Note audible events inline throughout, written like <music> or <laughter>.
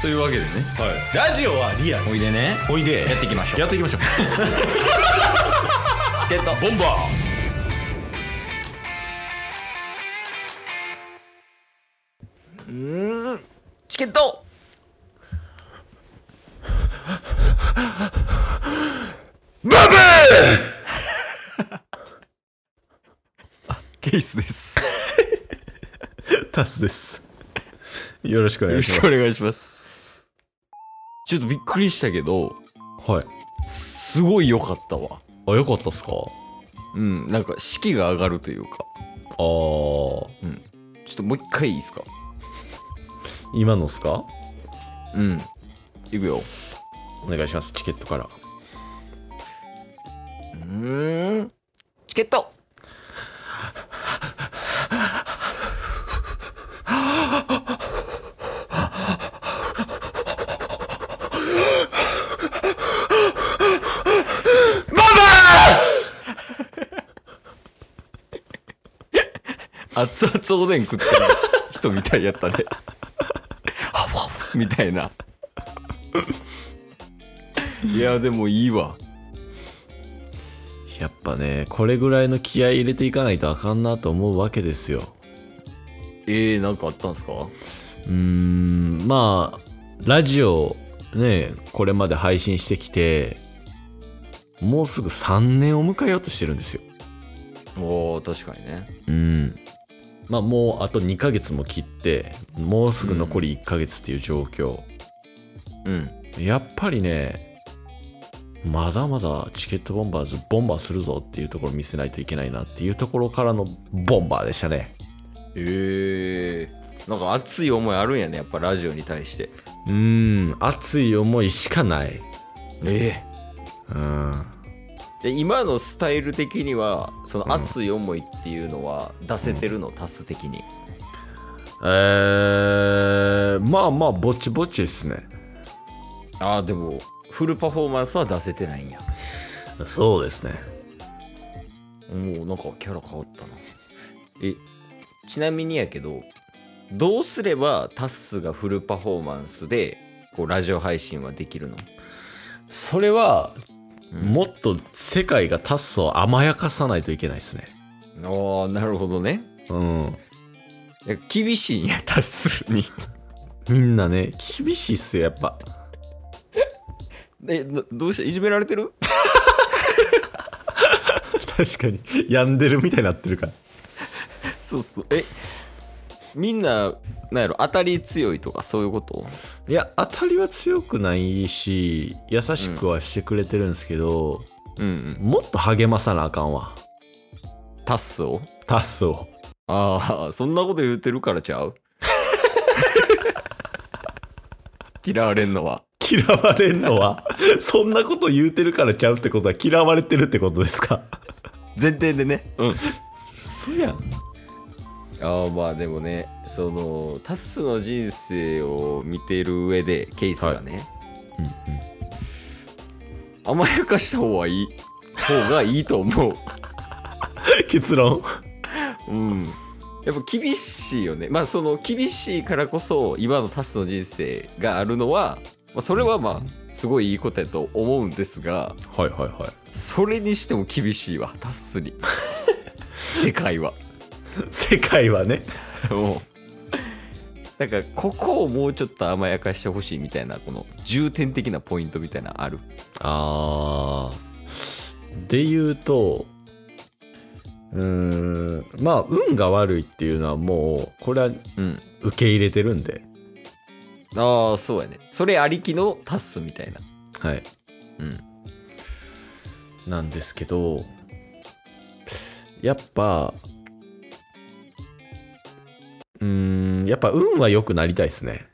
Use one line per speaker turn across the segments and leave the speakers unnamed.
というわけでね
はい、ラジオはリアル
おいでね
おいで
やっていきましょう
やっていきましょう
<laughs> ゲット
ボンバ
チケット
ーバブ
ケイスです
ータスですよろしくお
よろ
願いし
し
ま
く
す
お願いしますちょっとびっくりしたけど
はい
すごい良かったわ
あよかったっすか
うんなんか士気が上がるというか
あー
ちょっともう一回いいですか
今のっすか
うんいくよ
お願いしますチケットから
うーんチケット
バブ
熱々おでん食ってる人みたいやったねハフハフみたいないやでもいいわ
ーやっぱねこれぐらいの気合い入れていかないとあかんなと思うわけですよ
えー、なんかあったんすか
うーんまあラジオねこれまで配信してきてもうすぐ3年を迎えようとしてるんですよ
おー確かにね
うんまあもうあと2ヶ月も切ってもうすぐ残り1ヶ月っていう状況、
うん
やっぱりねまだまだチケットボンバーズボンバーするぞっていうところ見せないといけないなっていうところからのボンバーでしたね
えー、なんか熱い思いあるんやねやっぱラジオに対して
うん熱い思いしかない
え
うん
えじゃあ今のスタイル的にはその熱い思いっていうのは出せてるの、タス的に
えー、まあまあぼちぼちですね
ああでもフルパフォーマンスは出せてないんや
そうですね
もうなんかキャラ変わったなえちなみにやけどどうすればタッスがフルパフォーマンスでこうラジオ配信はできるの
それは
うん
もっと世界がタッスを甘やかさないといけないですね
ああなるほどね
うん
いや厳しいんやタッスに
みんなね厳しいっすよやっぱ
<laughs>
<laughs>
えどどうしたいじめられてる
確かに病んでるみたいになってるから
そうそうえみんななんやろ当たり強いとかそういうこと
いや当たりは強くないし優しくはしてくれてるんですけど、
うんうん
もっと励まさなあかんわ
タッスを
タッスを
ああそんなこと言うてるからちゃう <laughs> 嫌われんのは
嫌われんのはそんなこと言うてるからちゃうってことは嫌われてるってことですか
前提でねうん
嘘やん
ああまあでもねそのタスの人生を見ている上でケイスがね、
うん
甘やかした方はいい方がいいと思う
結論
うんやっぱ厳しいよねまあその厳しいからこそ今のタスの人生があるのは、まあ、それはまあすごいいいことやと思うんですが
はいはいはい
それにしても厳しいわタスに世界は
世界はね
もうなんかここをもうちょっと甘やかしてほしいみたいなこの重点的なポイントみたいなのある
あーで言うとうーんまあ運が悪いっていうのはもうこれは
うん
受け入れてるんで
ああそうやねそれありきのタッスみたいな
はい
うん
なんですけどやっぱうーんやっぱ運は良くなりたいですね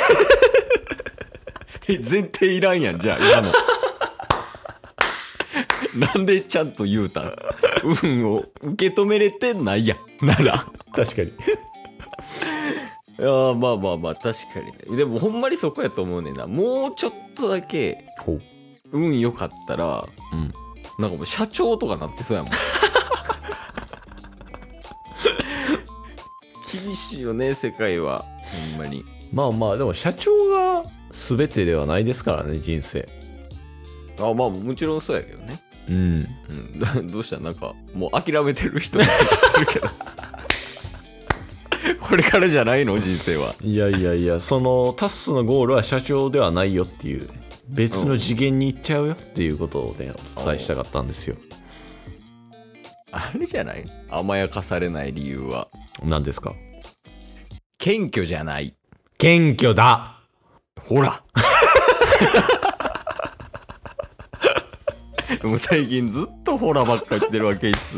<laughs> 前提いらんやんじゃあ今の <laughs> なんでちゃんと言うたん運を受け止めれてないやんなら
確かに
いやーまあまあまあ確かにねでもほんまにそこやと思うねんなもうちょっとだけ
ほう
運良かったら
うん
なんかもう社長とかなってそうやもん。 <laughs> 厳しいよね、世界は。ほんまに。
まあまあでも社長が全てではないですからね人生
あまあもちろんそうやけどね、
うん
うん <laughs> だ、どうしたなんかもう諦めてる人も言ってるけど <laughs> これからじゃないの人生はい
やいやいやそのタッスのゴールは社長ではないよっていう別の次元に行っちゃうよっていうことをねお伝えしたかったんですよ
あれじゃない甘やかされない理由は
何ですか
謙虚じゃない
謙虚だ
ほ <laughs> らでも最近ずっとほらばっか言ってるわけです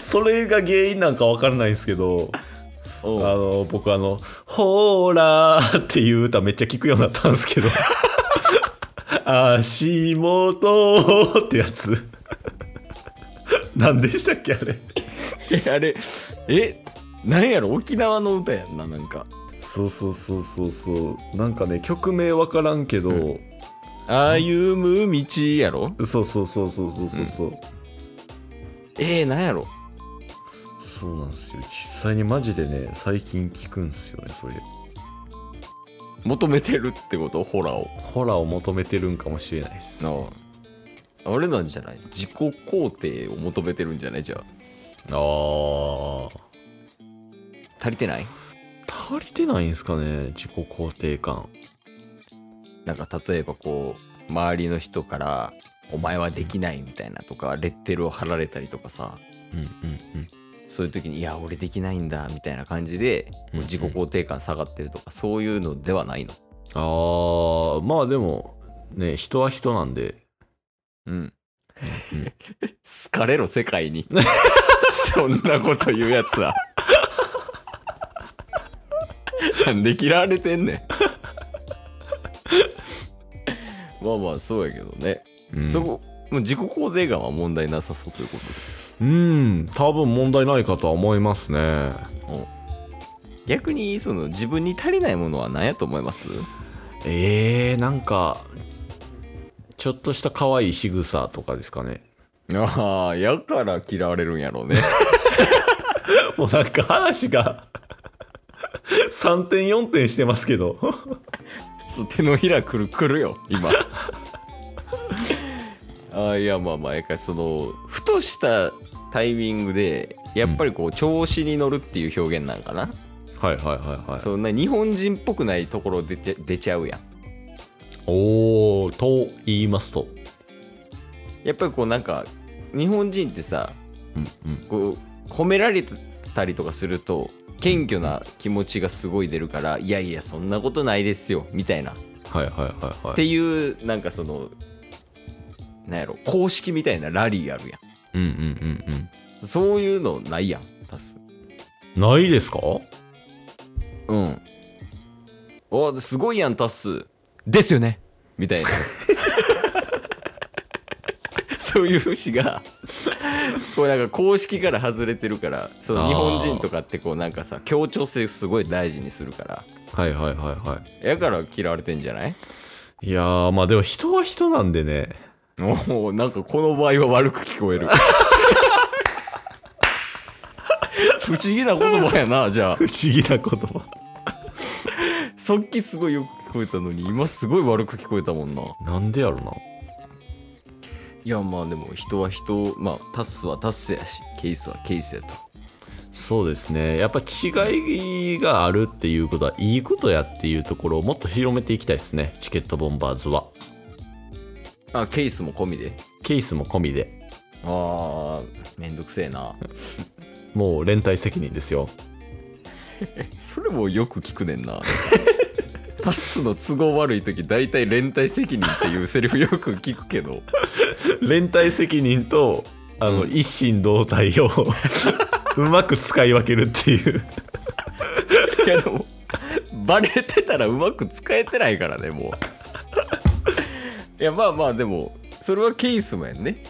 それが原因なんか分からないんですけどあの僕あの「ほーらー」っていう歌めっちゃ聞くようになったんですけ <laughs> ど「足元」ってやつ何でしたっけあれ
えあれえなんやろ沖縄の歌やんななんか
そうそうそうそうそうなんかね曲名分からんけど、
う歩む道やろ
そうそうそうそうそうそうそう、
えー、なんやろ
そうなんですよ実際にマジでね最近聞くんですよねそれ
求めてるってことホラーを
ホラーを求めてるんかもしれないです
あああれなんじゃない自己肯定を求めてるんじゃないじゃあ
あ
足りてない
足りてないんすかね自己肯定感
なんか例えばこう周りの人から「お前はできない」みたいなとかレッテルを貼られたりとかさ
うんうんうん
そういう時に「いや俺できないんだ」みたいな感じで
うんうん
自己肯定感下がってるとかそういうのではないの
あーまあでもね人は人なんで
うん
うん。
好かれろ、世界に。 <laughs> そんなこと言うやつは。なんで嫌われてん <laughs> ねん。まあまあ、そうやけどね。
うん
そこ、もう自己肯定感は問題なさそうということ
うん多分問題ないかとは思いますね
で。うん逆に、その自分に足りないものは何やと思います
えー、なんかちょっとした可愛い仕草とかですかね
ああ、やから嫌われるんやろうね。
<laughs> もうなんか話が <laughs> 3点4点してますけど
そう手のひらくるくるよ今 <laughs> あーいやまあまあやっぱりそのふとしたタイミングでやっぱりこう調子に乗るっていう表現なんかな、
はいはいはいはい
そんな日本人っぽくないところ出て出ちゃうやん
おおと言いますと
やっぱりこうなんか日本人ってさ
うんうん
こう褒められたりとかすると謙虚な気持ちがすごい出るから、いやいやそんなことないですよみたいな
はいはいはいは
っ
い
ていうなんかそのなんやろ公式みたいなラリーあるやん
うんうんうん
そういうのないやん、タス。
うんないですか
うん。おすごいやん、タス。ですよねみたいな。 <laughs> そういう節が、こうなんか公式から外れてるから、その日本人とかってこうなんかさ、協調性すごい大事にするから。
はいはいはいは
やから嫌われてんじゃない
いいやーまあでも人は人なんでね
もうなんかこの場合は悪く聞こ <laughs> える。不思議な言葉やな、じゃ <laughs> あ。
不思議な言葉
さっきすごいよく聞こえたのに今すごい悪く聞こえたもんな
なんでやろない
やまあでも人は人まあタスはタスやしケースはケースやと
そうですねやっぱ違いがあるっていうことはいいことやっていうところをもっと広めていきたいですねチケットボンバーズは
あケースも込みで
ケースも込みで
あーめんどくせえな
もう連帯責任ですよ <laughs>
それもよく聞くねんなタスの都合悪い時大体連帯責任っていうセリフよく聞くけど
連帯責任とあの、
うん
一心同
<laughs>
体をうまく使い分けるっていう
いやでもバレてたらうまく使えてないからねもういやまあまあでもそれはケースもやんね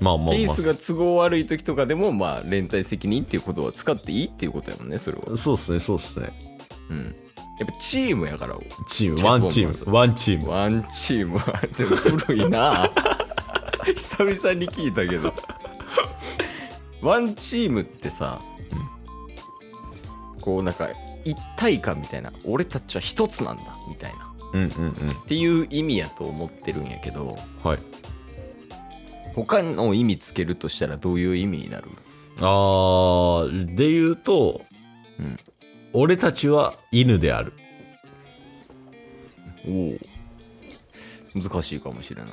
まあまあまあ
ケースが都合悪い時とかでもまあ連帯責任っていうことは使っていいっていうことやもんねそれは
そうですねそうですね
うんやっぱチームやからチ
チーム
ケット
ワ
ボンバーズ
ンチームワンチーム
ワンチームはでも古いな久々に聞いたけどワンチームってさ、こうなんか一体感みたいな俺たちは一つなんだみたいな
うんうんうん
っていう意味やと思ってるんやけど
はい
他の意味つけるとしたらどういう意味になる
あーで言うと、
うん
俺たちは犬である
おお難しいかもしれない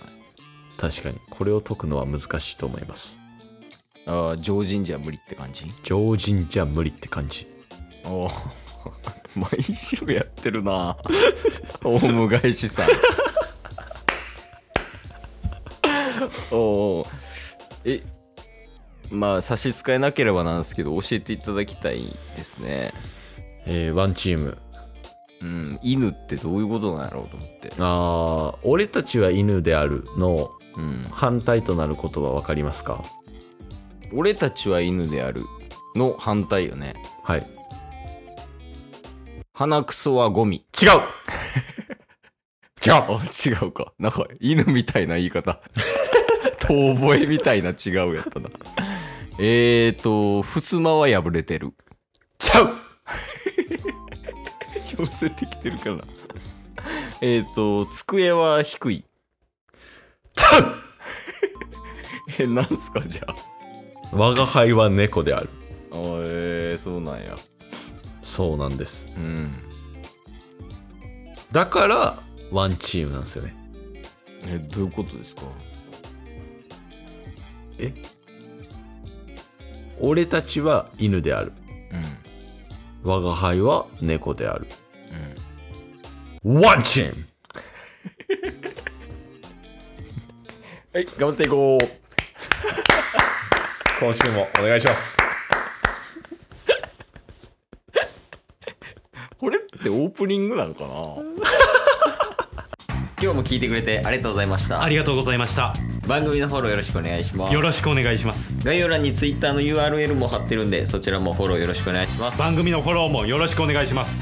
確かにこれを解くのは難しいと思います
ああ常人じゃ無理って感じ
常人じゃ無理って感じ
おお <laughs> 毎週やってるな <laughs> オウム返しさんお <laughs> うおうえまあ差し支えなければなんですけど教えていただきたいですね
えーワンチーム
うん犬ってどういうことなんやろうと思って
あー俺たちは犬であるの
うん
反対となる言葉わかりますか
俺たちは犬であるの反対よね
はい
鼻くそはゴミ
違う <laughs> 違
あ
う
違うかなんか犬みたいな言い方 <laughs> 遠吠えみたいな違うやったなえーと襖は破れてる
違う
<laughs> 寄せてきてるからえーと机は低い
違
えなんすかじゃあ
う我が輩は猫である
あえー、そうなんや
そうなんです
うん
だからワンチームなんですよね
えどういうことですか
俺たちは犬である
うん
我が輩は猫である
うん
ワンチーム
はい頑張っていこう
今週もお願いします
これってオープニングなんかな <laughs> 今日も聞いてくれてありがとうございました
ありがとうございました。
番組のフォローよろしくお願いします
よろしくお願いします。
概要欄に Twitter の URL も貼ってるんでそちらもフォローよろしくお願いします
番組のフォローもよろしくお願いします。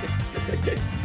す